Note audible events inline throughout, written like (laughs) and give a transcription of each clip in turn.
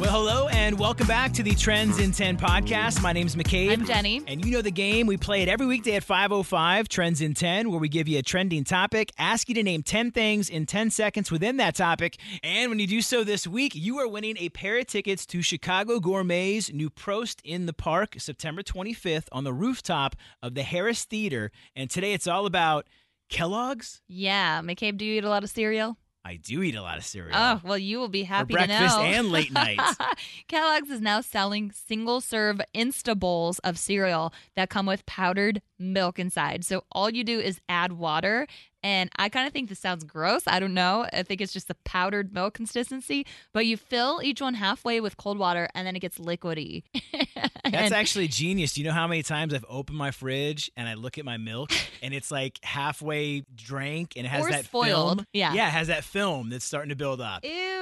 Well, hello and welcome back to the Trends in 10 podcast. My name's McCabe. I'm Jenny. And you know the game. We play it every weekday at 5.05, Trends in 10, where we give you a trending topic, ask you to name 10 things in 10 seconds within that topic. And when you do so this week, you are winning a pair of tickets to Chicago Gourmet's new Prost in the Park, September 25th on the rooftop of the Harris Theater. And today it's all about Kellogg's. Yeah, McCabe, do you eat a lot of cereal? I do eat a lot of cereal. Oh, well, you will be happy for breakfast to know. and late night. (laughs) Kellogg's is now selling single serve Insta Bowls of cereal that come with powdered milk inside. So all you do is add water. And I kind of think this sounds gross. I don't know. I think it's just the powdered milk consistency. But you fill each one halfway with cold water and then it gets liquidy. (laughs) That's And- actually genius. Do you know how many times I've opened my fridge and I look at my milk and it's like halfway drank and it has Or that spoiled. film? Yeah. Yeah, it has that film that's starting to build (laughs) up. Ew.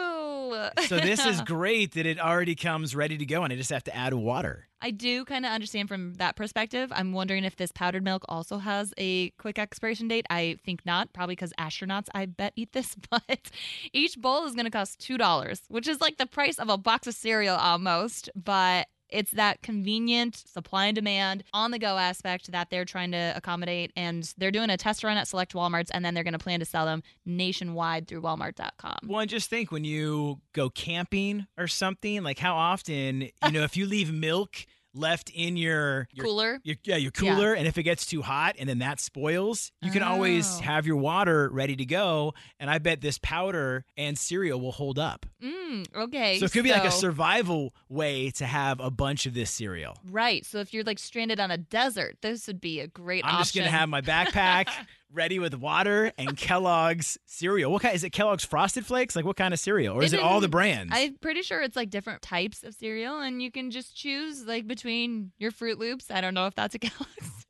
so this is great that it already comes ready to go and I just have to add water. I do kind of understand from that perspective. I'm wondering if this powdered milk also has a quick expiration date. I think not, probably because astronauts, I bet, eat this. (laughs) But each bowl is going to cost $2, which is like the price of a box of cereal almost. But it's that convenient supply and demand on the go aspect that they're trying to accommodate. And they're doing a test run at select Walmarts, and then they're going to plan to sell them nationwide through Walmart.com. Well, and just think when you go camping or something, like how often, you know, if you leave milk left in your, your Cooler. your, yeah, your Yeah. cooler, and if it gets too hot and then that spoils, you can always Oh. have your water ready to go. And I bet this powder and cereal will hold up. Mm, okay. So it could be like a so- survival way to have a bunch of this cereal. Right. So if you're like stranded on a desert, this would be a great I'm option. just gonna have my backpack (laughs) ready with water and Kellogg's cereal. What kind is it? Kellogg's Frosted Flakes? Like what kind of cereal, or is it, It all is- the brands? I'm pretty sure it's like different types of cereal, and you can just choose like between your Fruit Loops. I don't know if that's (laughs) a Kellogg's.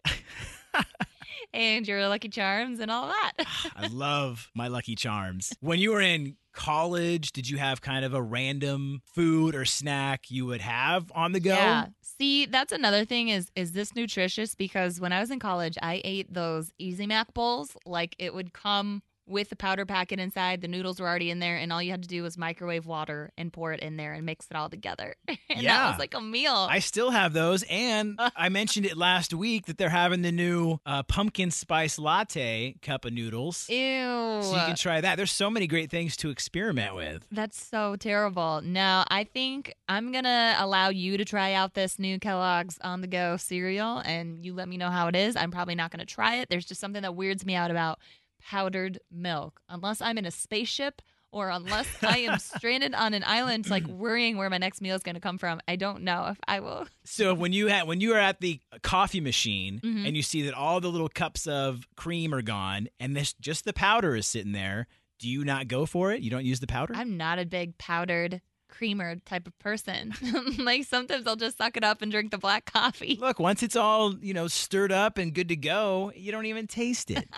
and your Lucky Charms and (sighs) all that. (laughs) I love my Lucky Charms. When you were in college, did you have kind of a random food or snack you would have on the go? Yeah. See, that's another thing is is this nutritious? Because when I was in college, I ate those Easy Mac bowls. Like it would come with the powder packet inside. The noodles were already in there, and all you had to do was microwave water and pour it in there and mix it all together. (laughs) and Yeah. that was like a meal. I still have those, and I mentioned it last week that they're having the new uh, pumpkin spice latte cup of noodles. Ew. So you can try that. There's so many great things to experiment with. That's so terrible. No, I think I'm going to allow you to try out this new Kellogg's on the go cereal and you let me know how it is. I'm probably not going to try it. There's just something that weirds me out about powdered milk, unless I'm in a spaceship or unless I am stranded on an island, like worrying where my next meal is going to come from. I don't know if I will. So when you had when you are at the coffee machine Mhm. and you see that all the little cups of cream are gone and this just the powder is sitting there, do you not go for it? You don't use the powder? I'm not a big powdered creamer type of person. (laughs) like sometimes I'll just suck it up and drink the black coffee. Look, once it's all, you know, stirred up and good to go, you don't even taste it.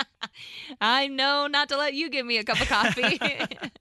I know not to let you give me a cup (laughs) of coffee.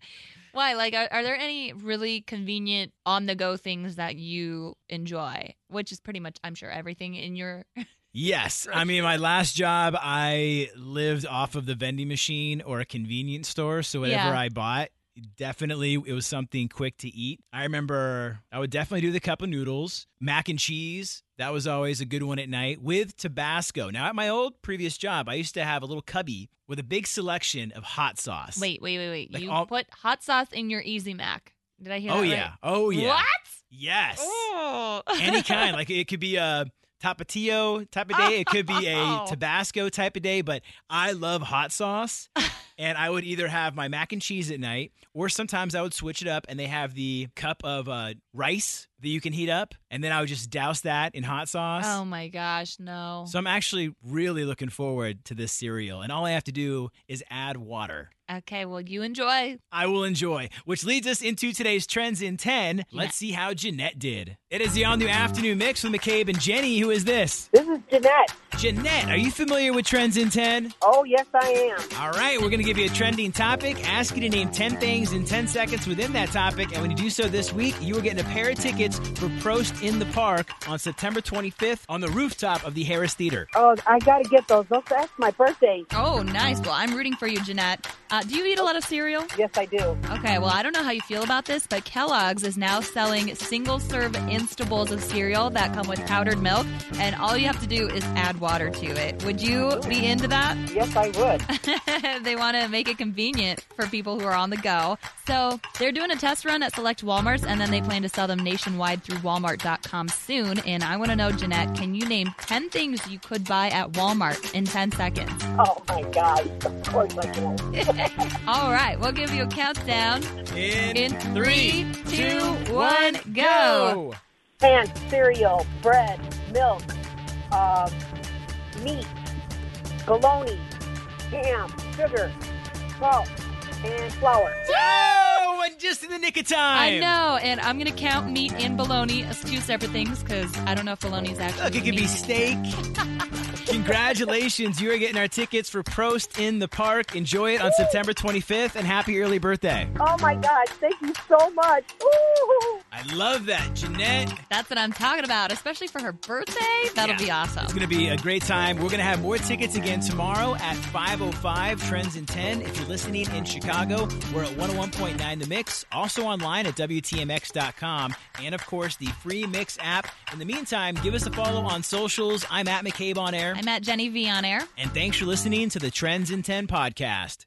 (laughs) Why? Like, are, are there any really convenient on the go things that you enjoy? Which is pretty much, I'm sure, everything in your. Yes. I mean, my last job, I lived off of the vending machine or a convenience store. So whatever Yeah. I bought, definitely it was something quick to eat. I remember I would definitely do the cup of noodles, mac and cheese. That was always a good one at night with Tabasco. Now, at my old previous job, I used to have a little cubby with a big selection of hot sauce. Wait, wait, wait, wait. Like you all- put hot sauce in your Easy Mac. Did I hear Oh, that? yeah. Oh, Right? yeah. What? Yes. Oh. (laughs) any kind. Like it could be a tapatio type of day. It could be a Oh. Tabasco type of day. But I love hot sauce, and I would either have my mac and cheese at night, or sometimes I would switch it up, and they have the cup of uh, rice that you can heat up, and then I would just douse that in hot sauce. Oh my gosh, no. So I'm actually really looking forward to this cereal, and all I have to do is add water. okay, well, you enjoy. I will enjoy, which leads us into today's trends in 10. Yeah. Let's see how Jeanette did. It is the all new afternoon mix with McCabe and Jenny. Who is this? This is Jeanette. Jeanette, are you familiar with Trends in 10? Oh, yes, I am. All right, we're going to give you a trending topic, ask you to name 10 things in 10 seconds within that topic. And when you do so this week, you are getting a pair of tickets for Prost in the Park on September 25th on the rooftop of the Harris Theater. Oh, I got to get those. Those- That's my birthday. Oh, nice. Well, I'm rooting for you, Jeanette. Uh, do you eat a lot of cereal? Yes, I do. Okay, well, I don't know how you feel about this, but Kellogg's is now selling single serve Insta bowls of cereal that come with powdered milk, and all you have to do is add water to it. Would you be into that? (laughs) Yes, I would. they want to make it convenient for people who are on the go. So they're doing a test run at select Walmarts, and then they plan to sell them nationwide through Walmart.com soon. And I want to know, Jeanette, can you name 10 things you could buy at Walmart in 10 seconds? Oh my God! Of course I do. All right, we'll give you a countdown. In, In three, two, one, go. Pan, cereal, bread, milk, uh, meat, bologna, ham, sugar, salt, and flour. Oh, and just in the nick of time. I know, and I'm gonna count meat and bologna as two separate things because I don't know if bologna's actually. Look, it could be meat. steak. Congratulations, you are getting our tickets for Prost in the Park. Enjoy it on September 25th and happy early birthday. Oh my God! Thank you so much. Woo! I love that. Jeanette, That's what I'm talking about, especially for her birthday. That'll Yeah. be it's awesome. going to be a great time. We're going to have more tickets again tomorrow at 5.05 Trends in 10. If you're listening in Chicago, we're at 101.9 The Mix, also online at WTMX.com, and of course, the free Mix app. In the meantime, give us a follow on socials. I'm at McCabe on air, I'm at Jenny V on air. and thanks for listening to the Trends in 10 podcast.